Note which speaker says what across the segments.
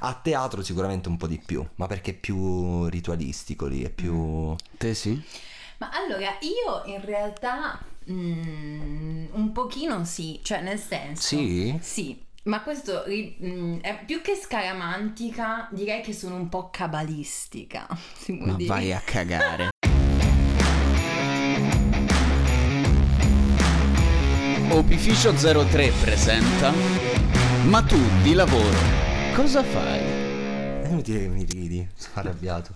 Speaker 1: A teatro sicuramente un po' di più, ma perché è più ritualistico lì, è più...
Speaker 2: Te sì?
Speaker 3: Ma allora, io in realtà mm, un pochino sì, cioè nel senso...
Speaker 1: Sì?
Speaker 3: Sì, ma questo ri- mm, è più che scaramantica, direi che sono un po' cabalistica, si può
Speaker 2: Ma
Speaker 3: dire.
Speaker 2: vai a cagare. Opificio 03 presenta Ma tu di lavoro cosa fai?
Speaker 1: È inutile che Eh, mi ridi, sono arrabbiato.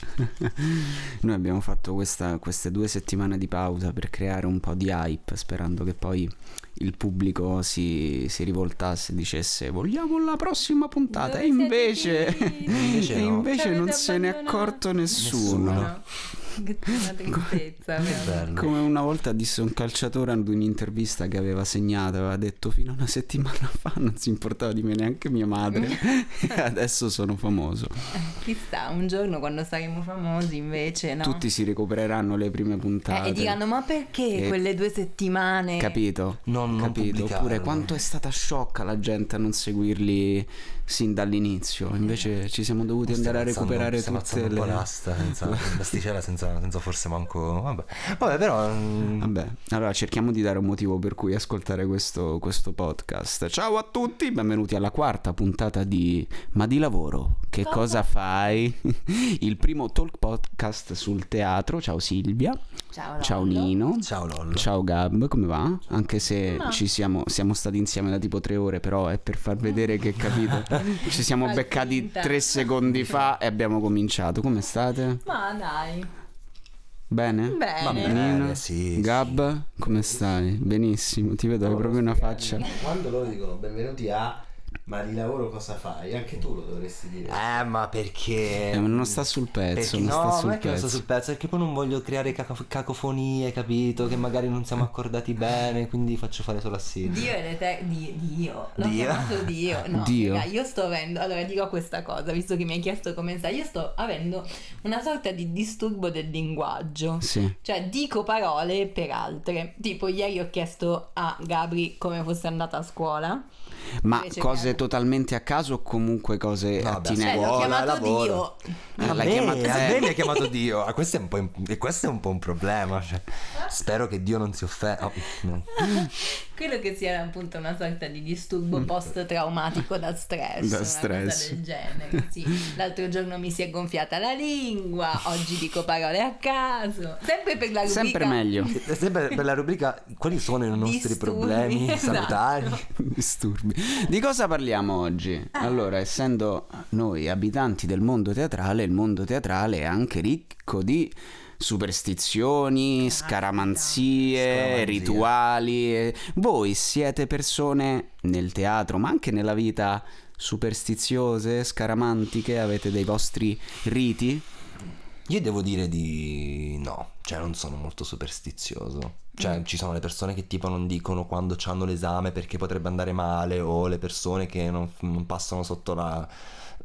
Speaker 2: Noi abbiamo fatto questa- queste due settimane di pausa per creare un po' di hype sperando che poi il pubblico si, si rivoltasse e dicesse vogliamo la prossima puntata
Speaker 3: Dove
Speaker 2: e
Speaker 3: siete
Speaker 2: invece,
Speaker 3: finiti?
Speaker 1: Invece
Speaker 2: e
Speaker 1: no.
Speaker 2: invece
Speaker 3: Ci
Speaker 2: non
Speaker 3: avete
Speaker 2: se ne è
Speaker 3: abbandonato.
Speaker 2: accorto nessuno.
Speaker 1: Nessuno.
Speaker 3: Che una tristezza, veramente.
Speaker 1: Bello.
Speaker 2: Eh, Come una volta disse un calciatore ad un'intervista che aveva segnato, aveva detto fino a una settimana fa non si importava di me neanche mia madre
Speaker 3: Mm.
Speaker 2: e adesso sono famoso.
Speaker 3: Chissà, un giorno quando saremo famosi invece, no?
Speaker 2: Tutti si recupereranno le prime puntate.
Speaker 3: Eh, e diranno, ma perché
Speaker 2: Eh,
Speaker 3: quelle due settimane?
Speaker 2: Capito?
Speaker 1: Non- non
Speaker 2: capito.
Speaker 1: pubblicarlo.
Speaker 2: Oppure quanto è stata sciocca la gente a non seguirli sin dall'inizio. Invece ci siamo dovuti andare a
Speaker 1: Stiamo
Speaker 2: recuperare
Speaker 1: Eh, alzando- stiamo
Speaker 2: tutte
Speaker 1: alzando un
Speaker 2: le...
Speaker 1: po' l'asta senza l'asticella senza, senza forse manco vabbè vabbè però mm,
Speaker 2: Vabbè, allora cerchiamo di dare un motivo per cui ascoltare questo, questo podcast. Ciao a tutti, benvenuti alla quarta puntata di Ma di lavoro, che
Speaker 3: Cosa?
Speaker 2: cosa fai? Il primo talk podcast sul teatro. Ciao Silvia,
Speaker 3: Ciao, Rollo.
Speaker 2: ciao Nino.
Speaker 1: ciao Lollo
Speaker 2: Ciao Gab, come va? Anche se
Speaker 3: Ma-
Speaker 2: ci siamo, siamo stati insieme da tipo tre ore, però è per far vedere che capito. Ci siamo
Speaker 3: Fa
Speaker 2: beccati
Speaker 3: finta.
Speaker 2: tre secondi fa e abbiamo cominciato. Come state?
Speaker 3: Ma dai,
Speaker 2: Bene?
Speaker 3: bene.
Speaker 1: Va bene.
Speaker 2: Nino,
Speaker 1: sì, sì.
Speaker 2: Gab, come stai? Benissimo, ti vedo, hai proprio una faccia.
Speaker 4: Quando loro dicono benvenuti a ma di lavoro cosa fai? Anche tu lo dovresti dire.
Speaker 1: eh ma perché
Speaker 2: Eh, ma non sta sul pezzo,
Speaker 1: Perché-
Speaker 2: non
Speaker 1: Eh, no,
Speaker 2: sta sul
Speaker 1: non è che non sto
Speaker 2: pezzo.
Speaker 1: sul pezzo, è che poi non voglio creare caco- cacofonie, capito? Che magari non siamo accordati bene, quindi faccio fare solo assidui.
Speaker 3: Dio e le te- di- Dio, l'ho
Speaker 1: Dio.
Speaker 3: chiamato Dio. No,
Speaker 2: Dio.
Speaker 3: raga, io sto avendo, allora dico questa cosa, visto che mi hai chiesto come stai, io sto avendo una sorta di disturbo del linguaggio.
Speaker 2: Sì.
Speaker 3: Cioè, dico parole per altre. Tipo, ieri ho chiesto a Gabri come fosse andata a scuola.
Speaker 2: Ma
Speaker 3: Invece
Speaker 2: cose
Speaker 3: Gab-
Speaker 2: totalmente a caso o comunque
Speaker 1: No,
Speaker 2: cose
Speaker 1: beh,
Speaker 3: Cioè,
Speaker 2: attinenti?
Speaker 3: l'ho
Speaker 1: Scuola,
Speaker 3: chiamato
Speaker 1: lavoro.
Speaker 3: Dio.
Speaker 2: Ah,
Speaker 1: A
Speaker 2: l'hai
Speaker 1: me-
Speaker 2: chiamato
Speaker 1: a
Speaker 2: te.
Speaker 1: me mi ha chiamato Dio. Ah, questo, è un po un- e questo è un po' un problema. cioè, spero che Dio non si oh, offenda.
Speaker 3: Credo che sia appunto una sorta di disturbo post-traumatico da stress.
Speaker 2: Mm. Da
Speaker 3: una
Speaker 2: stress.
Speaker 3: Cosa del genere, sì. L'altro giorno mi si è gonfiata la lingua, oggi dico parole a caso. Sempre per la rubrica.
Speaker 2: Sempre meglio.
Speaker 1: Sempre per la rubrica, quali sono i nostri
Speaker 3: Disturbi,
Speaker 1: problemi
Speaker 3: esatto.
Speaker 1: salutari?
Speaker 2: Disturbi. Di cosa parliamo oggi?
Speaker 3: Ah.
Speaker 2: Allora, essendo noi abitanti del mondo teatrale, il mondo teatrale è anche ricco di
Speaker 3: Ah,
Speaker 2: superstizioni, scaramanzie,
Speaker 1: Scaramanzie.
Speaker 2: rituali. e- Voi siete persone nel teatro, ma anche nella vita superstiziose, scaramantiche, avete dei vostri riti?
Speaker 1: Io devo dire di no, cioè non sono molto superstizioso. Cioè, ci sono le persone che tipo non dicono quando hanno l'esame perché potrebbe andare male, o le persone che non, non passano sotto la,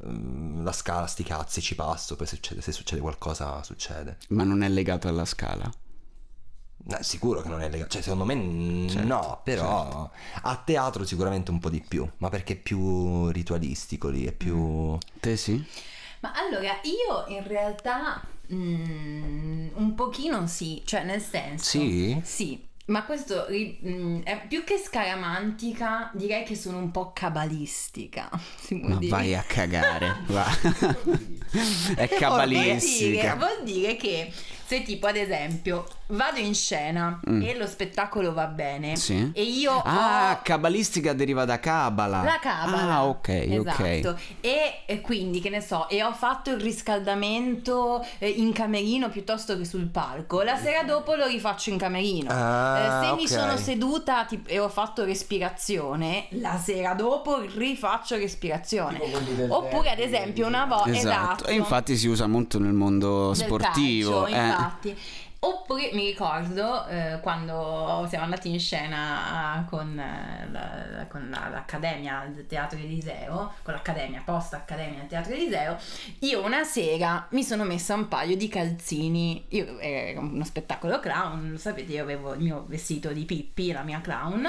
Speaker 1: ehm, la scala, sti cazzi, ci passo, poi succede- se succede qualcosa succede.
Speaker 2: Ma non è legato alla scala.
Speaker 1: Eh, sicuro che non è legato, cioè secondo me mm,
Speaker 2: Certo,
Speaker 1: no, però a teatro sicuramente un po' di più, ma perché è più ritualistico lì, è più...
Speaker 2: Te sì?
Speaker 3: Ma allora, io in realtà mm, un pochino sì, cioè nel senso...
Speaker 1: Sì?
Speaker 3: Sì, ma questo ri- mm, è più che scaramantica, direi che sono un po' cabalistica. Si può
Speaker 2: Ma
Speaker 3: dire.
Speaker 2: vai a cagare. va. è
Speaker 3: Che vuol dire-
Speaker 2: cabalistica.
Speaker 3: Vuol dire che se tipo ad esempio vado in scena e lo spettacolo va bene
Speaker 2: Mm. Sì.
Speaker 3: e io
Speaker 2: Ah,
Speaker 3: ho
Speaker 2: cabalistica deriva da cabala.
Speaker 3: Oh, la cabala.
Speaker 2: Ah, ok,
Speaker 3: esatto.
Speaker 2: ok.
Speaker 3: E, e quindi, che ne so, e ho fatto il riscaldamento eh, in camerino piuttosto che sul palco. La sera dopo lo rifaccio in camerino.
Speaker 1: Ah,
Speaker 3: Eh, se mi
Speaker 1: ok.
Speaker 3: sono seduta tipo, e ho fatto respirazione, la sera dopo rifaccio respirazione.
Speaker 4: Tipo quelli del
Speaker 3: Oppure, ad
Speaker 4: derby,
Speaker 3: esempio,
Speaker 4: dici.
Speaker 3: una volta.
Speaker 2: Esatto. E infatti si usa molto nel mondo
Speaker 3: Oh, esatto. del
Speaker 2: sportivo.
Speaker 3: calcio,
Speaker 2: eh.
Speaker 3: infatti. Oppure mi ricordo eh, quando siamo andati in scena con, eh, la- la- con la- l'Accademia del Teatro Eliseo, con l'Accademia, posta Accademia del Teatro Eliseo, io una sera mi sono messa un paio di calzini, io, era uno spettacolo clown, lo sapete, io avevo il mio vestito di Pippi, la mia clown,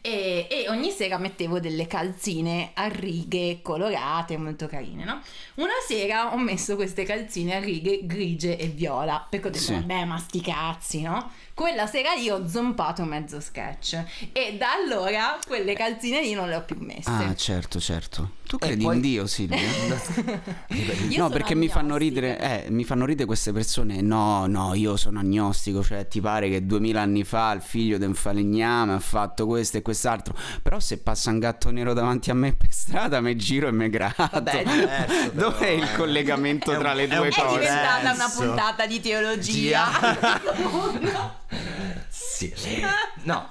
Speaker 3: e, e ogni sera mettevo delle calzine a righe colorate, molto carine, no? Una sera ho messo queste calzine a righe grigie e viola, perché ho detto,
Speaker 2: Sì.
Speaker 3: vabbè, ma sti cazzi, no? Quella sera io ho zompato mezzo sketch e da allora quelle calzine lì non le ho più messe.
Speaker 2: Ah, certo, certo. Tu credi
Speaker 1: poi-
Speaker 2: in Dio, Silvia?
Speaker 3: Io
Speaker 2: cioè, no,
Speaker 3: sono
Speaker 2: perché mi fanno,
Speaker 3: agnostica.
Speaker 2: ridere, eh, mi fanno ridere queste persone. No, no, io sono agnostico. Cioè, ti pare che duemila anni fa il figlio di un falegname ha fatto questo e quest'altro. Però se passa un gatto nero davanti a me per strada, me giro e me gratto.
Speaker 3: Vabbè, è
Speaker 1: diverso, però,
Speaker 2: Dov'è il
Speaker 1: eh.
Speaker 2: collegamento
Speaker 1: È un-
Speaker 2: tra le
Speaker 1: è un
Speaker 2: due
Speaker 1: po'
Speaker 3: È
Speaker 1: Cosa?
Speaker 2: cose?
Speaker 3: diventata una
Speaker 1: Adesso.
Speaker 3: puntata di teologia.
Speaker 1: Sì. No,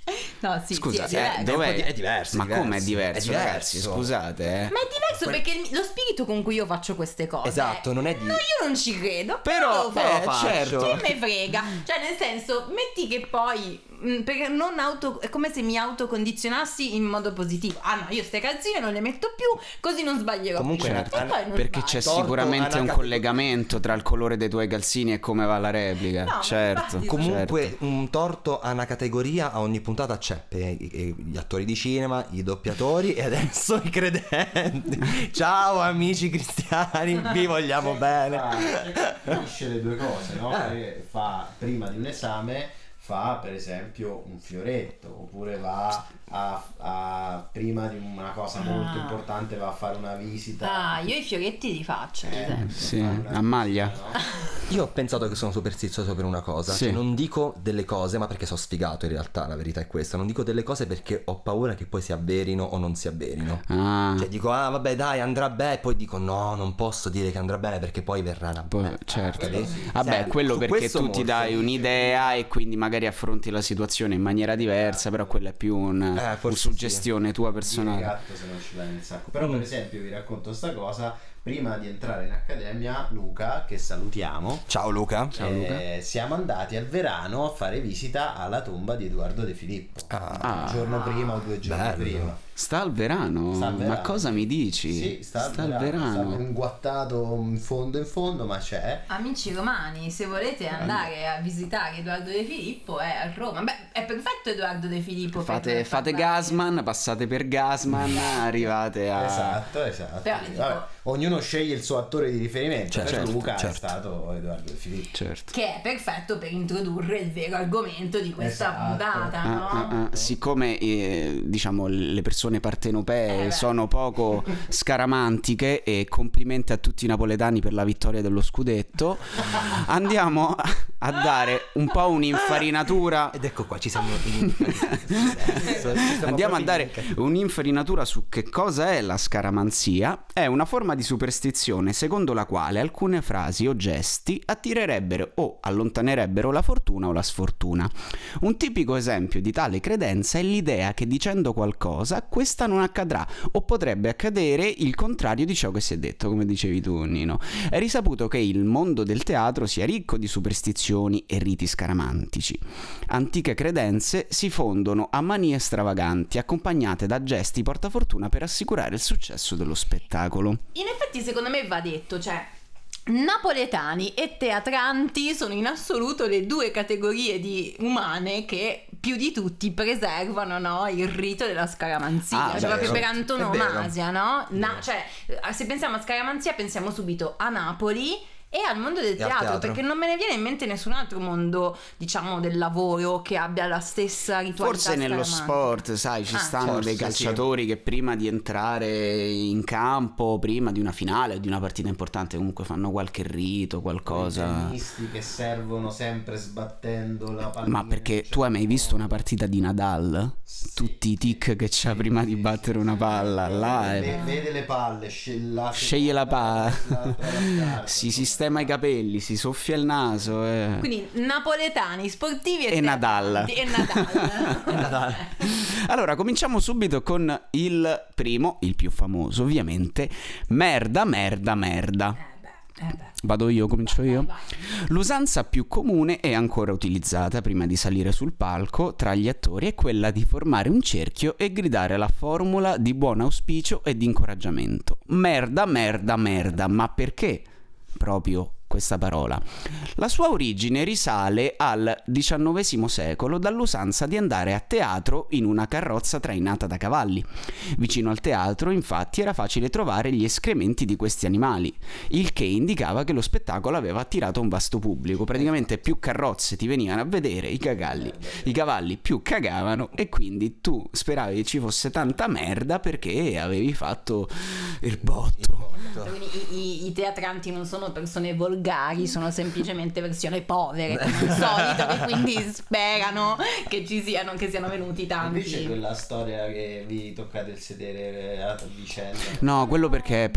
Speaker 3: no, sì,
Speaker 2: Scusa,
Speaker 3: sì,
Speaker 2: eh,
Speaker 3: è diverso.
Speaker 2: dov'è?
Speaker 1: È un po' di- è diverso,
Speaker 2: Ma
Speaker 1: diverso.
Speaker 2: come è diverso,
Speaker 1: È diverso.
Speaker 2: ragazzi? Scusate, eh.
Speaker 3: Ma è diverso perché il- lo spirito con cui io faccio queste cose.
Speaker 1: Esatto, non è di-
Speaker 3: No, io non ci credo.
Speaker 2: Però,
Speaker 3: Però,
Speaker 2: eh,
Speaker 3: però
Speaker 2: certo.
Speaker 3: Che me frega. Cioè, nel senso, metti che poi. mh, Perché non auto. È come se mi autocondizionassi in modo positivo. Ah no, io ste calzine non le metto più, così non sbaglierò.
Speaker 1: Comunque,
Speaker 3: più.
Speaker 1: certo,
Speaker 3: E poi non
Speaker 2: Perché
Speaker 3: sbaglio.
Speaker 2: c'è
Speaker 1: Torto
Speaker 2: sicuramente
Speaker 1: alla
Speaker 2: un
Speaker 1: categ-
Speaker 2: collegamento tra il colore dei tuoi calzini e come va la replica.
Speaker 3: No, ma
Speaker 2: certo.
Speaker 3: infatti-
Speaker 1: Comunque
Speaker 2: certo.
Speaker 1: un torto a una categoria a ogni puntata c'è per i- i- gli attori di cinema, i doppiatori e adesso i credenti. Ciao amici cristiani, vi vogliamo
Speaker 2: Ah,
Speaker 1: bene.
Speaker 4: Fa- Unisce le due cose, no? Che fa prima di un esame fa per esempio un fioretto oppure va a, a- prima di una cosa molto
Speaker 3: Ah.
Speaker 4: importante va a fare una visita
Speaker 3: Ah, io i fioretti li faccio. ad esempio.
Speaker 4: Eh,
Speaker 2: Sì,
Speaker 4: fa una-
Speaker 2: a maglia.
Speaker 1: Io ho pensato che sono superstizioso per una cosa,
Speaker 2: Sì.
Speaker 1: cioè, non dico delle cose, ma perché sono sfigato in realtà, la verità è questa, non dico delle cose perché ho paura che poi si avverino o non si avverino.
Speaker 2: Ah,
Speaker 1: Cioè dico ah vabbè dai andrà bene, e poi dico no, non posso dire che andrà bene perché poi verrà una
Speaker 2: poi- certo.
Speaker 1: quello sì.
Speaker 2: Vabbè,
Speaker 1: Sì,
Speaker 2: quello
Speaker 1: su
Speaker 2: perché
Speaker 1: questo
Speaker 2: tu ti
Speaker 1: molto.
Speaker 2: dai un'idea e quindi magari affronti la situazione in maniera diversa, però quella è più un- una
Speaker 1: Eh, forse
Speaker 2: suggestione tua
Speaker 4: il
Speaker 2: personale.
Speaker 4: gatto se non ci va nel sacco però per esempio vi racconto sta cosa prima di entrare in accademia Luca che salutiamo
Speaker 1: Ciao Luca.
Speaker 2: Ciao, Luca.
Speaker 4: eh, siamo andati al verano a fare visita alla tomba di Edoardo De Filippo
Speaker 1: Ah,
Speaker 4: un
Speaker 2: Ah,
Speaker 4: giorno prima o due giorni
Speaker 1: bello.
Speaker 4: prima
Speaker 2: sta al verano?
Speaker 4: Sta al
Speaker 2: Mm, Ma
Speaker 4: verano.
Speaker 2: cosa mi dici?
Speaker 4: Sì, sta, al verano, Sta inguattato in fondo in fondo, ma c'è.
Speaker 3: Amici romani, se volete andare a visitare Edoardo De Filippo è a Roma. Beh, è perfetto Edoardo De Filippo. per
Speaker 2: Fate, fate
Speaker 3: parlare.
Speaker 2: Gasman, passate per Gasman, arrivate a...
Speaker 4: Esatto, esatto.
Speaker 3: Però,
Speaker 4: Sì,
Speaker 3: dico-
Speaker 4: vabbè, Ognuno sceglie il suo attore di riferimento.
Speaker 1: Certo,
Speaker 4: per
Speaker 1: certo,
Speaker 4: Luca è
Speaker 1: certo.
Speaker 4: stato Edoardo De Filippo.
Speaker 2: Certo.
Speaker 3: Che è perfetto per introdurre il vero argomento di questa
Speaker 4: Esatto.
Speaker 3: puntata,
Speaker 2: Ah,
Speaker 3: no?
Speaker 2: ah, ah. Siccome eh, diciamo le persone partenopee
Speaker 3: Eh, beh.
Speaker 2: sono poco scaramantiche e complimenti a tutti i napoletani per la vittoria dello scudetto, andiamo a- a dare un po' un'infarinatura.
Speaker 1: Ed ecco qua, ci siamo in- adesso, ci siamo
Speaker 2: Andiamo a
Speaker 1: proprio
Speaker 2: dare
Speaker 1: in-
Speaker 2: un'infarinatura su che cosa è la scaramanzia. È una forma di superstizione secondo la quale alcune frasi o gesti attirerebbero o allontanerebbero la fortuna o la sfortuna. Un tipico esempio di tale credenza è l'idea che dicendo qualcosa questa non accadrà o potrebbe accadere il contrario di ciò che si è detto, come dicevi tu, Nino. È risaputo che il mondo del teatro sia ricco di superstizioni e riti scaramantici. Antiche credenze si fondono a manie stravaganti, accompagnate da gesti portafortuna per assicurare il successo dello spettacolo.
Speaker 3: In effetti, secondo me va detto, cioè. Napoletani e teatranti sono in assoluto le due categorie di umane che più di tutti preservano no, il rito della scaramanzia,
Speaker 2: Ah,
Speaker 3: cioè
Speaker 1: vero,
Speaker 3: proprio per
Speaker 1: è
Speaker 3: antonomasia, no? Na- cioè, eh, se pensiamo a scaramanzia pensiamo subito a Napoli e al mondo del
Speaker 1: E al
Speaker 3: teatro,
Speaker 1: teatro.
Speaker 3: perché non me ne viene in mente nessun altro mondo, diciamo, del lavoro che abbia la stessa ritualità
Speaker 2: Forse nello
Speaker 3: scaramantica.
Speaker 2: sport, sai, ci
Speaker 3: Ah.
Speaker 2: stanno
Speaker 1: Forse,
Speaker 2: dei
Speaker 1: sì.
Speaker 2: calciatori che prima di entrare in campo, prima di una finale o di una partita importante, comunque fanno qualche rito,
Speaker 4: I
Speaker 2: qualcosa.
Speaker 4: tennisti che servono sempre sbattendo la palla.
Speaker 2: Ma perché tu hai mai visto una partita di Nadal?
Speaker 4: Sì.
Speaker 2: Tutti i tic che c'ha prima di battere una palla, là è-
Speaker 4: Vede, vede le palle, sceglie Esatto, la
Speaker 2: eh. Sceglie la palla,
Speaker 4: palla.
Speaker 2: si sistema i capelli, si soffia il naso. eh.
Speaker 3: Quindi napoletani, sportivi e,
Speaker 2: E Nadal.
Speaker 3: teatranti. E Nadal.
Speaker 2: Allora, cominciamo subito con il primo, il più famoso ovviamente, merda, merda, merda.
Speaker 3: Eh, beh. Eh beh.
Speaker 2: Vado io, comincio io.
Speaker 3: Vai,
Speaker 2: L'usanza più comune e ancora utilizzata prima di salire sul palco tra gli attori è quella di formare un cerchio e gridare la formula di buon auspicio e di incoraggiamento. Merda, merda, merda, ma perché proprio questa parola? La sua origine risale al XIX secolo dall'usanza di andare a teatro in una carrozza trainata da cavalli. Vicino al teatro, infatti, era facile trovare gli escrementi di questi animali, il che indicava che lo spettacolo aveva attirato un vasto pubblico. Praticamente più carrozze ti venivano a vedere, i cagalli, i cavalli più cagavano e quindi tu speravi che ci fosse tanta merda perché avevi fatto il botto.
Speaker 3: vai. Quindi i, i- i teatranti non sono persone volgari, sono semplicemente persone povere, come al solito, che quindi sperano che ci siano, che siano venuti
Speaker 4: Invece
Speaker 3: tanti. Eh,
Speaker 4: quella storia che vi toccate il sedere eh, a vicenda.
Speaker 2: No, quello perché è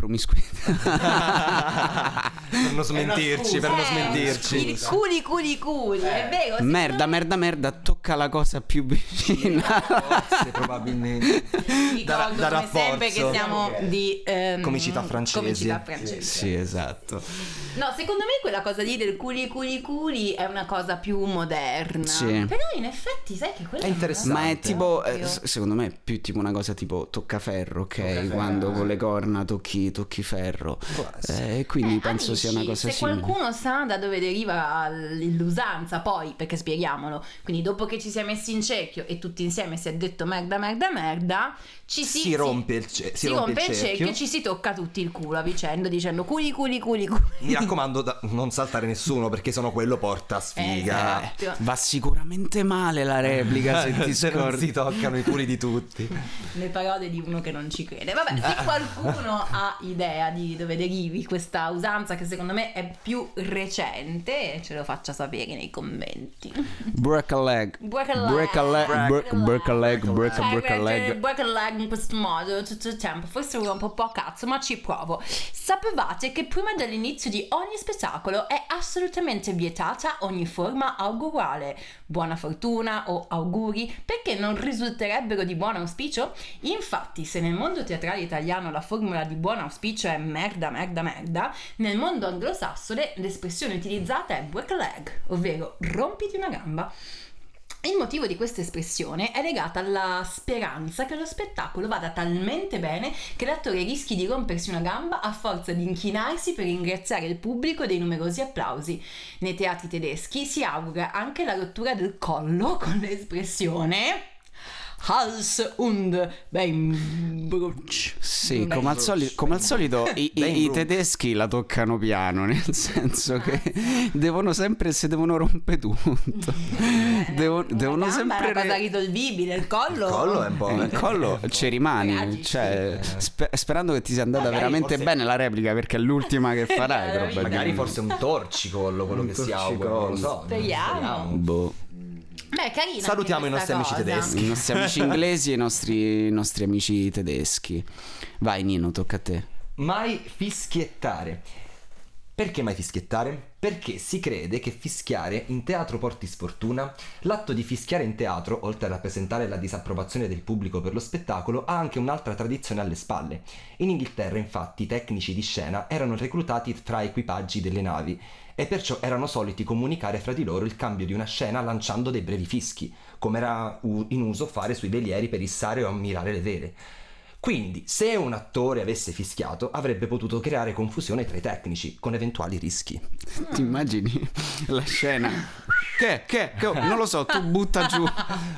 Speaker 2: promiscuità.
Speaker 1: per non smentirci, per non
Speaker 3: Eh,
Speaker 1: smentirci. Eh.
Speaker 3: Il culi culi culi, è vero. sì,
Speaker 2: merda, merda, merda, tocca la cosa più vicina.
Speaker 1: Forse, probabilmente.
Speaker 3: Vi
Speaker 1: Da-
Speaker 3: ricordo
Speaker 1: da
Speaker 3: come
Speaker 1: rafforzo.
Speaker 3: sempre che siamo
Speaker 4: Ok.
Speaker 3: di ehm,
Speaker 1: Comicità francese.
Speaker 3: comicità francese.
Speaker 2: Sì, esatto.
Speaker 3: No, secondo me quella cosa lì del culi culi culi è una cosa più moderna.
Speaker 2: Sì.
Speaker 3: Però in effetti sai che quella
Speaker 1: È interessante.
Speaker 2: Ma è tipo, eh,
Speaker 3: Ovvio.
Speaker 2: s- secondo me, è più tipo una cosa tipo toccaferro, ok?
Speaker 4: Toccaferro,
Speaker 2: Quando
Speaker 4: eh.
Speaker 2: con le corna tocchi, tocchi ferro.
Speaker 1: Può essere.
Speaker 2: Eh,
Speaker 3: Eh,
Speaker 2: quindi penso
Speaker 3: amici,
Speaker 2: sia una cosa
Speaker 3: se
Speaker 2: simile.
Speaker 3: qualcuno sa da dove deriva l- l'usanza poi, perché spieghiamolo, quindi dopo che ci si è messi in cerchio e tutti insieme si è detto merda merda merda, ci si,
Speaker 1: Si rompe il ce-
Speaker 3: si rompe il cerchio e ci si tocca tutti il culo a vicenda dicendo culi culi culi culi.
Speaker 1: Mi raccomando, da- non saltare nessuno perché sono quello porta sfiga.
Speaker 3: Esatto.
Speaker 2: Eh, Va sicuramente male la replica se ti
Speaker 1: Eh, Se non
Speaker 2: scordi.
Speaker 1: si toccano i culi di tutti.
Speaker 3: le parole di uno che non ci crede. Vabbè, se qualcuno ha idea di dove derivi questa usanza che secondo me è più recente, ce lo faccia sapere nei commenti.
Speaker 2: Break a leg.
Speaker 3: Break a leg.
Speaker 2: Break a leg. Break, break a leg. Break a,
Speaker 3: Sai,
Speaker 2: break a
Speaker 3: reggere il
Speaker 2: leg.
Speaker 3: break a leg in questo modo tutto il tempo, forse un po' po' a cazzo, ma ci provo. Sapevate che prima dell'inizio di ogni spettacolo è assolutamente vietata ogni forma augurale, buona fortuna o auguri, perché non risulterebbero di buon auspicio? Infatti, se nel mondo teatrale italiano la formula di buon auspicio è merda, merda, merda, nel mondo anglosassone l'espressione utilizzata è break a leg, ovvero rompiti una gamba. Il motivo di questa espressione è legata alla speranza che lo spettacolo vada talmente bene che l'attore rischi di rompersi una gamba a forza di inchinarsi per ringraziare il pubblico dei numerosi applausi. Nei teatri tedeschi si augura anche la rottura del collo con l'espressione Hals und Beinbruch.
Speaker 2: Sì,
Speaker 3: Beh,
Speaker 2: come al, soli- come al solito i, i-
Speaker 1: Dai,
Speaker 2: i
Speaker 1: Bruce.
Speaker 2: tedeschi la toccano piano, nel senso che devono sempre, se devono rompere tutto, devo-
Speaker 3: Una
Speaker 2: devono
Speaker 3: gamba
Speaker 2: sempre...
Speaker 3: è una cosa risolvibile, il collo.
Speaker 1: Il collo è un po'.
Speaker 2: Eh, il collo ci rimani,
Speaker 3: Reagisci.
Speaker 2: cioè,
Speaker 1: Eh.
Speaker 2: spe- sperando che ti sia andata
Speaker 1: Magari
Speaker 2: veramente
Speaker 1: forse-
Speaker 2: bene la replica perché è l'ultima che farai
Speaker 3: Magari
Speaker 2: probabilmente.
Speaker 1: Magari forse un torcicollo quello
Speaker 2: Un
Speaker 1: che si augura. Non lo so.
Speaker 3: Speriamo.
Speaker 2: Boh.
Speaker 3: Beh, è carina. anche
Speaker 1: Salutiamo i
Speaker 3: questa
Speaker 1: nostri amici
Speaker 3: cosa.
Speaker 1: tedeschi.
Speaker 2: I nostri amici inglesi e i nostri, i nostri amici tedeschi. Vai Nino, tocca a te.
Speaker 1: Mai fischiettare. Perché mai fischiettare? Perché si crede che fischiare in teatro porti sfortuna. L'atto di fischiare in teatro, oltre a rappresentare la disapprovazione del pubblico per lo spettacolo, ha anche un'altra tradizione alle spalle. In Inghilterra, infatti, i tecnici di scena erano reclutati tra equipaggi delle navi e perciò erano soliti comunicare fra di loro il cambio di una scena lanciando dei brevi fischi, come era u- in uso fare sui velieri per issare o ammirare le vele. Quindi, se un attore avesse fischiato, avrebbe potuto creare confusione tra i tecnici, con eventuali rischi.
Speaker 2: Ti immagini la scena? Che, che, che, non lo so, tu butta giù.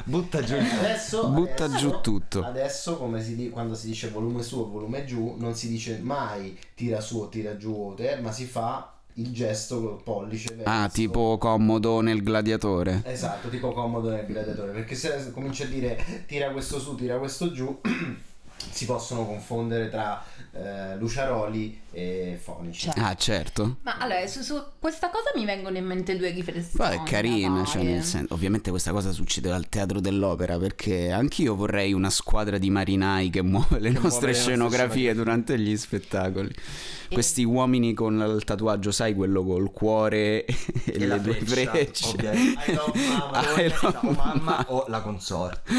Speaker 1: Butta giù.
Speaker 4: Adesso,
Speaker 2: Butta
Speaker 4: adesso-
Speaker 2: giù tutto.
Speaker 4: Adesso, come si di- quando si dice volume su o volume giù, non si dice mai tira su o tira giù, o te, ma si fa il gesto col pollice.
Speaker 2: Ah,
Speaker 4: verso.
Speaker 2: tipo comodo nel gladiatore.
Speaker 4: Esatto, tipo comodo nel gladiatore. Perché se cominci a dire tira questo su, tira questo giù, si possono confondere tra eh, luciaroli e fonici.
Speaker 3: Cioè,
Speaker 2: Ah, certo.
Speaker 3: Ma allora, su, su questa cosa mi vengono in mente due
Speaker 2: Poi
Speaker 3: riflessioni.
Speaker 2: è carina, cioè
Speaker 3: varie.
Speaker 2: nel senso, ovviamente questa cosa succede al teatro dell'opera perché anch'io vorrei una squadra di marinai che muove
Speaker 1: muove
Speaker 2: le nostre
Speaker 1: le nostre
Speaker 2: scenografie
Speaker 1: scenografie.
Speaker 2: durante gli spettacoli. Questi uomini con il tatuaggio, sai, quello col cuore e, le
Speaker 1: la
Speaker 2: due
Speaker 1: freccia,
Speaker 2: frecce. Ah,
Speaker 1: ovviamente.
Speaker 4: I love mama,
Speaker 2: I love
Speaker 1: O mamma o la consorte.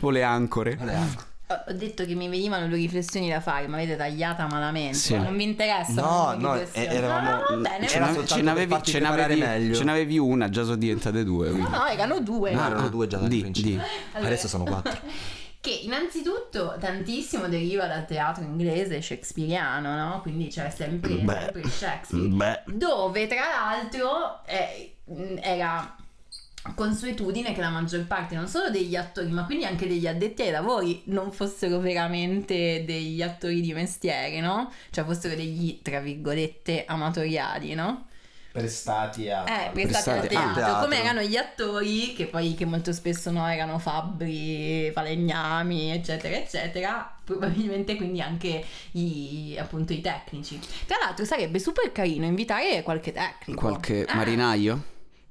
Speaker 2: o le ancore.
Speaker 1: Qual è?
Speaker 3: Ho detto che mi venivano due riflessioni da fare, ma avete tagliata malamente.
Speaker 2: Sì.
Speaker 3: Non mi interessa.
Speaker 1: No,
Speaker 3: ma
Speaker 1: no,
Speaker 3: riflessioni.
Speaker 1: e- eravamo-
Speaker 3: No, no, va bene.
Speaker 1: ce
Speaker 2: Ce,
Speaker 1: Era
Speaker 3: va-
Speaker 2: n'ave-
Speaker 1: soltanto
Speaker 2: ce
Speaker 1: per
Speaker 2: n'avevi,
Speaker 1: farti
Speaker 2: ce,
Speaker 1: preparare
Speaker 2: n'avevi,
Speaker 1: meglio.
Speaker 2: ce n'avevi una, già sono diventate due.
Speaker 3: No,
Speaker 2: quindi.
Speaker 3: no, erano due.
Speaker 1: No, erano due già dal
Speaker 2: Di-
Speaker 1: principio.
Speaker 2: di.
Speaker 3: Allora-
Speaker 1: ah, Adesso sono quattro.
Speaker 3: Che innanzitutto tantissimo deriva dal teatro inglese shakespeariano, no? Quindi c'è sempre,
Speaker 1: Beh.
Speaker 3: sempre il Shakespeare.
Speaker 1: Beh,
Speaker 3: dove tra l'altro eh, mh, era consuetudine che la maggior parte non solo degli attori ma quindi anche degli addetti ai lavori non fossero veramente degli attori di mestiere no? cioè fossero degli tra virgolette amatoriali no?
Speaker 4: prestati a
Speaker 3: eh
Speaker 4: fare-
Speaker 3: pensate al
Speaker 2: Pensate
Speaker 3: teatro,
Speaker 1: al teatro.
Speaker 3: come erano gli attori che poi che molto spesso no erano fabbri falegnami eccetera eccetera probabilmente quindi anche i, appunto i tecnici tra l'altro sarebbe super carino invitare qualche tecnico
Speaker 2: Qualche
Speaker 3: Ah,
Speaker 2: marinaio?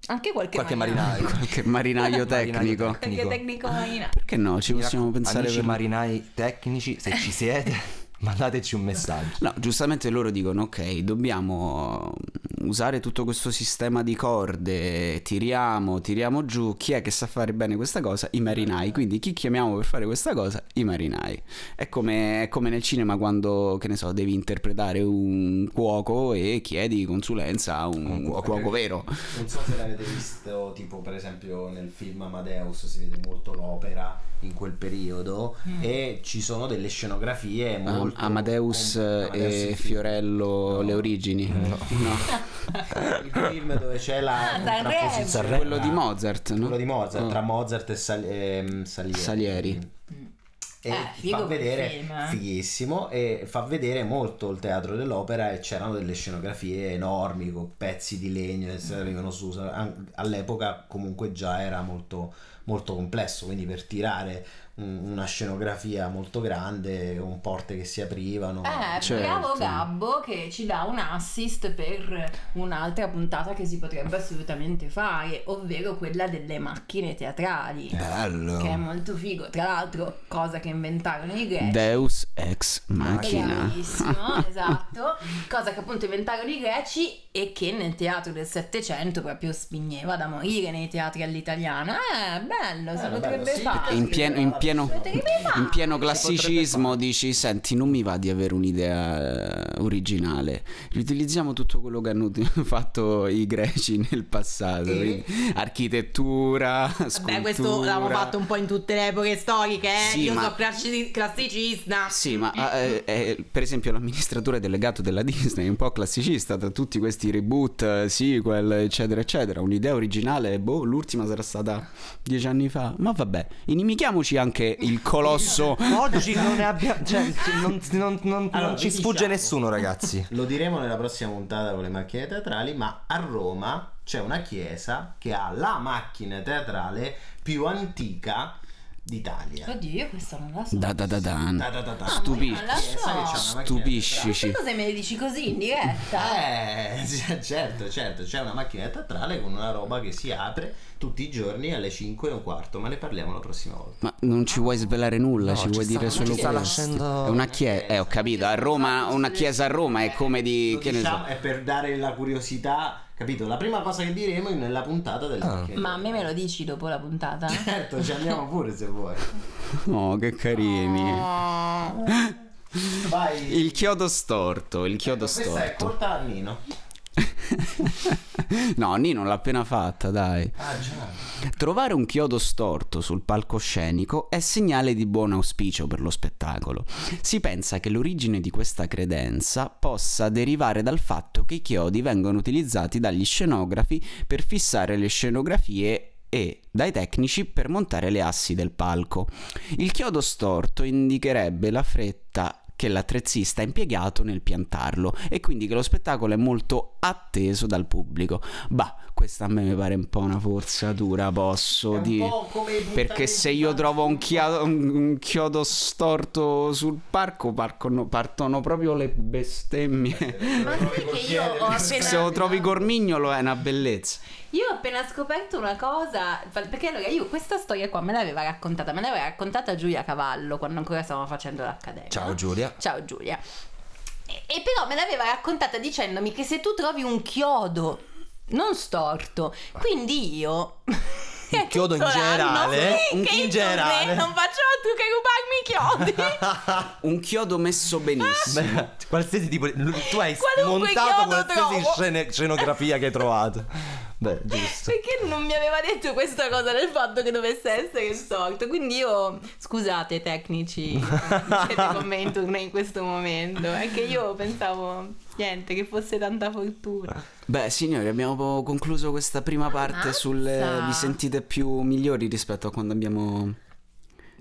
Speaker 3: anche qualche,
Speaker 1: Qualche marinaio.
Speaker 2: Qualche
Speaker 1: Marinaio
Speaker 2: marinaio tecnico?
Speaker 1: tecnico.
Speaker 3: Qualche tecnico marinaio.
Speaker 2: Perché no? Ci possiamo pensare
Speaker 1: Amici
Speaker 2: per...
Speaker 1: marinai tecnici, se ci siete, mandateci un messaggio.
Speaker 2: No, giustamente loro dicono ok, dobbiamo mm, usare tutto questo sistema di corde, tiriamo, tiriamo giù, chi è che sa fare bene questa cosa? I marinai, quindi chi chiamiamo per fare questa cosa? I marinai. È come, è come nel cinema quando, che ne so, devi interpretare un cuoco e chiedi consulenza a un,
Speaker 1: Un cuoco.
Speaker 2: cuoco. vero.
Speaker 4: non so se l'avete visto tipo per esempio nel film Amadeus si vede molto l'opera in quel periodo
Speaker 3: Mm.
Speaker 4: e ci sono delle scenografie
Speaker 2: Am-
Speaker 4: molto
Speaker 2: Amadeus, eh,
Speaker 4: com- Amadeus
Speaker 2: e
Speaker 4: il film.
Speaker 2: Fiorello,
Speaker 4: No.
Speaker 2: le origini. No.
Speaker 4: il film dove c'è la Ah.
Speaker 3: Ah,
Speaker 4: contrapposizione
Speaker 3: Sanremo.
Speaker 2: Quello
Speaker 4: Eh.
Speaker 2: di Mozart, no?
Speaker 4: quello di Mozart
Speaker 2: Oh.
Speaker 4: tra Mozart e Sal- ehm, Salieri, Mm.
Speaker 2: Salieri.
Speaker 4: E
Speaker 3: Eh, figo
Speaker 4: fa
Speaker 3: quel
Speaker 4: vedere
Speaker 3: film, eh.
Speaker 4: fighissimo e fa vedere molto il teatro dell'opera e c'erano delle scenografie enormi con pezzi di legno che
Speaker 3: Mm.
Speaker 4: si arrivano su an- all'epoca comunque già era molto, molto complesso quindi per tirare un- una scenografia molto grande con porte che si aprivano
Speaker 3: Eh,
Speaker 2: Certo.
Speaker 3: bravo Gabbo che ci dà un assist per un'altra puntata che si potrebbe assolutamente fare, ovvero quella delle macchine teatrali.
Speaker 1: Bello.
Speaker 3: Che è molto figo, tra l'altro, cosa che inventarono i greci.
Speaker 2: Deus ex
Speaker 3: Ah,
Speaker 2: machina.
Speaker 3: Bravissimo, esatto, cosa che appunto inventarono i greci e che nel teatro del Settecento proprio spingeva da morire nei teatri all'italiana. Eh, bello, si
Speaker 4: Bello,
Speaker 3: potrebbe
Speaker 4: bello, sì,
Speaker 3: fare.
Speaker 2: in pieno, in pieno- in pieno
Speaker 1: Si potrebbe
Speaker 2: classicismo
Speaker 1: fare.
Speaker 2: dici senti non mi va di avere un'idea eh, originale riutilizziamo tutto quello che hanno ut- fatto i greci nel passato
Speaker 4: E?
Speaker 2: quindi architettura scultura
Speaker 3: Vabbè, questo l'abbiamo fatto un po' in tutte le epoche storiche, eh?
Speaker 2: Sì,
Speaker 3: Io
Speaker 2: ma-
Speaker 3: sono classi- classicista.
Speaker 2: sì, ma eh, eh, per esempio l'amministratore delegato della Disney è un po' classicista tra tutti questi reboot, eh, sequel, eccetera, eccetera. Un'idea originale, boh, l'ultima sarà stata dieci anni fa. Ma vabbè, inimichiamoci anche il colosso
Speaker 1: Oggi non ne abbiamo. Cioè, ci- non, non- non-
Speaker 4: Allora,
Speaker 1: non ci
Speaker 4: vi
Speaker 1: sfugge
Speaker 4: diciamo.
Speaker 1: nessuno, ragazzi.
Speaker 4: Lo diremo nella prossima puntata con le macchine teatrali, ma a Roma c'è una chiesa che ha la macchina teatrale più antica
Speaker 2: Mm.
Speaker 4: d'Italia.
Speaker 3: Oddio, questa non la so.
Speaker 2: da da da dan.
Speaker 4: Ta ta ta ta.
Speaker 2: Stupi-
Speaker 4: Una chiesa che c'ha una macchina
Speaker 2: stupisci.
Speaker 3: Queste cose me le dici così in diretta?
Speaker 4: teatrale. Eh, c- certo, certo, c'è una macchina teatrale con una roba che si apre tutti i giorni alle 5 e un quarto, ma ne parliamo la prossima volta.
Speaker 2: Ma non ci vuoi svelare nulla,
Speaker 1: No,
Speaker 2: ci vuoi
Speaker 1: sta-
Speaker 2: dire
Speaker 1: ci
Speaker 2: solo
Speaker 1: sta
Speaker 2: questo?
Speaker 1: lasciando.
Speaker 2: È una chiesa, eh, ho capito, a Roma, una chiesa a Roma è come di
Speaker 4: Lo
Speaker 2: che ne
Speaker 4: diciamo,
Speaker 2: so.
Speaker 4: è per dare la curiosità, capito? La prima cosa che diremo è nella puntata delle
Speaker 1: Ah.
Speaker 4: macchine
Speaker 3: Ma a me me
Speaker 4: teatrali.
Speaker 3: lo dici dopo la puntata?
Speaker 4: Certo, ci andiamo pure se vuoi.
Speaker 2: Oh, che carini.
Speaker 3: Oh.
Speaker 4: Vai.
Speaker 2: Il chiodo storto, il chiodo
Speaker 4: Ecco, Questa è
Speaker 2: storto.
Speaker 4: corta a Nino.
Speaker 2: No, Nino l'ha appena fatta, dai.
Speaker 4: Ah già.
Speaker 2: Trovare un chiodo storto sul palcoscenico è segnale di buon auspicio per lo spettacolo. Si pensa che l'origine di questa credenza possa derivare dal fatto che i chiodi vengono utilizzati dagli scenografi per fissare le scenografie e dai tecnici per montare le assi del palco. Il chiodo storto indicherebbe la fretta che l'attrezzista ha impiegato nel piantarlo e quindi che lo spettacolo è molto atteso dal pubblico. Bah, questa a me mi pare un po' una forzatura, posso dire. Perché se io trovo un, chiado- un- un chiodo storto sul parco, parcono- partono proprio le bestemmie.
Speaker 3: Ma sai che io ho appena...
Speaker 2: Se lo trovi gormignolo è una bellezza.
Speaker 3: Io ho appena scoperto una cosa, fa- perché allora io questa storia qua me l'aveva raccontata, me l'aveva raccontata Giulia Cavallo quando ancora stavamo facendo l'accademia.
Speaker 1: Ciao, Giulia.
Speaker 3: Ciao Giulia. E, e però me l'aveva raccontata dicendomi che se tu trovi un chiodo non storto, quindi io che
Speaker 1: chiodo in
Speaker 3: tutto l'anno,
Speaker 1: generale, eh?
Speaker 3: che
Speaker 1: in
Speaker 3: in tutto-
Speaker 1: generale.
Speaker 3: non facciamo tu che rubarmi i chiodi
Speaker 2: Un chiodo messo benissimo.
Speaker 1: Ah, Beh, qualsiasi tipo di- tu hai
Speaker 3: Qualunque
Speaker 1: montato
Speaker 3: chiodo
Speaker 1: qualsiasi
Speaker 3: trovo.
Speaker 1: scene- scenografia che hai trovato beh giusto
Speaker 3: Perché non mi aveva detto questa cosa del fatto che dovesse essere il solito? Quindi io, scusate tecnici, che commento in questo momento, è che io pensavo, niente, che fosse tanta fortuna.
Speaker 2: Beh, signori, abbiamo concluso questa prima parte
Speaker 3: Ammazza.
Speaker 2: sul eh, vi sentite più migliori rispetto a quando abbiamo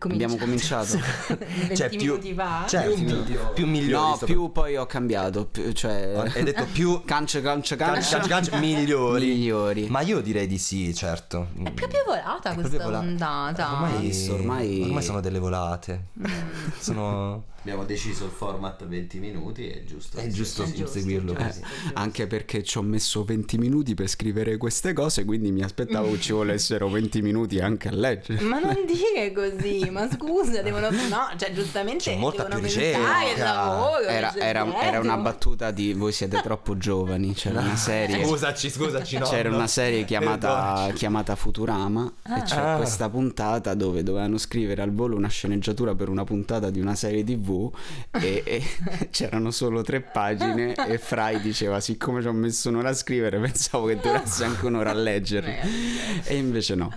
Speaker 2: abbiamo cominciato.
Speaker 3: 20
Speaker 1: Cioè, più-
Speaker 3: minuti fa?
Speaker 1: certo,
Speaker 4: Più migliori.
Speaker 1: più migliori
Speaker 2: No,
Speaker 1: sto-
Speaker 2: più poi ho cambiato, più- cioè
Speaker 1: hai detto più
Speaker 2: cance cance
Speaker 1: Cance,
Speaker 2: cance
Speaker 1: cance, cance, migliori.
Speaker 2: Migliori.
Speaker 1: ma io direi di sì certo
Speaker 3: È proprio volata
Speaker 1: È proprio
Speaker 3: questa
Speaker 1: vola-
Speaker 3: ondata.
Speaker 1: ormai,
Speaker 2: Ormai-
Speaker 1: ormai sono delle volate
Speaker 3: Mm.
Speaker 1: sono
Speaker 4: Abbiamo deciso il format 20 minuti, è giusto.
Speaker 1: È giusto,
Speaker 3: È giusto,
Speaker 1: seguirlo
Speaker 3: è
Speaker 1: così.
Speaker 3: giusto.
Speaker 2: Anche perché ci ho messo 20 minuti per scrivere queste cose, quindi mi aspettavo ci volessero 20 minuti anche a leggere.
Speaker 3: Ma non dire così, ma scusa, devono... No, cioè giustamente
Speaker 1: C'è molta
Speaker 3: devono
Speaker 1: più
Speaker 3: pensare
Speaker 1: ricerca.
Speaker 3: il lavoro. cioè, certo.
Speaker 2: Era,
Speaker 3: c'è
Speaker 2: era- era una
Speaker 3: dietro.
Speaker 2: battuta di voi siete troppo giovani, c'era una serie.
Speaker 1: scusaci scusaci no,
Speaker 2: Eh, C'era
Speaker 1: Cioè, no.
Speaker 2: una serie chiamata,
Speaker 1: Perdonaci.
Speaker 2: chiamata Futurama e c'è
Speaker 1: Ah.
Speaker 2: questa puntata dove dovevano scrivere al volo una sceneggiatura per una puntata di una serie tv e, e c'erano solo tre pagine e Fry diceva siccome ci ho messo un'ora a scrivere pensavo che durasse anche un'ora a leggerle e invece no.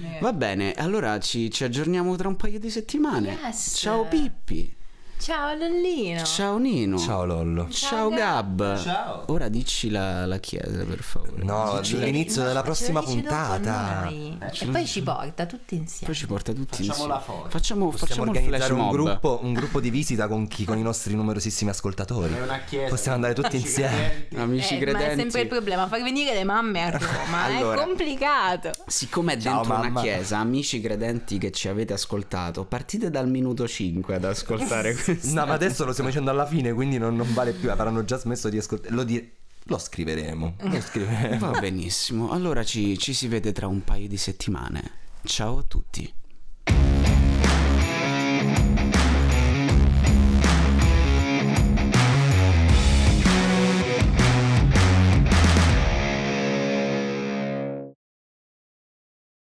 Speaker 3: Eh.
Speaker 2: Va bene, allora ci, ci aggiorniamo tra un paio di settimane.
Speaker 3: Yes.
Speaker 2: Ciao Pippi,
Speaker 3: Ciao Lollino.
Speaker 2: ciao Nino,
Speaker 1: ciao Lollo
Speaker 2: Ciao,
Speaker 3: Ciao
Speaker 2: Gab.
Speaker 4: Ciao.
Speaker 2: Ora dici la, la chiesa per favore.
Speaker 1: no
Speaker 2: Dici-
Speaker 1: l'inizio della prossima
Speaker 3: Ce lo dici dopo a
Speaker 1: puntata Eh,
Speaker 3: noi. E poi ci porta tutti insieme.
Speaker 2: Poi ci porta tutti
Speaker 4: Facciamo
Speaker 2: insieme.
Speaker 4: la foto.
Speaker 2: Facciamo,
Speaker 1: Possiamo
Speaker 2: facciamo il
Speaker 1: organizzare
Speaker 2: flash
Speaker 1: un
Speaker 2: mob.
Speaker 1: gruppo, un gruppo di visita con, chi- con i nostri numerosissimi ascoltatori.
Speaker 4: È una chiesa.
Speaker 1: Possiamo andare tutti
Speaker 4: Ci
Speaker 1: insieme.
Speaker 4: credenti?
Speaker 2: Amici
Speaker 3: Eh,
Speaker 2: credenti.
Speaker 3: Ma è sempre il problema, far venire le mamme a Roma
Speaker 2: Allora.
Speaker 3: è complicato.
Speaker 2: Siccome è
Speaker 1: Ciao,
Speaker 2: dentro una
Speaker 1: mamma.
Speaker 2: chiesa, amici credenti che ci avete ascoltato, partite dal minuto 5 ad ascoltare questo.
Speaker 1: No, ma adesso lo stiamo dicendo alla fine, quindi non, non vale più. eh, Avranno già smesso di ascoltare. Lo, di- lo scriveremo. Lo scriveremo.
Speaker 2: Va benissimo. Allora ci, ci si vede tra un paio di settimane. Ciao a tutti.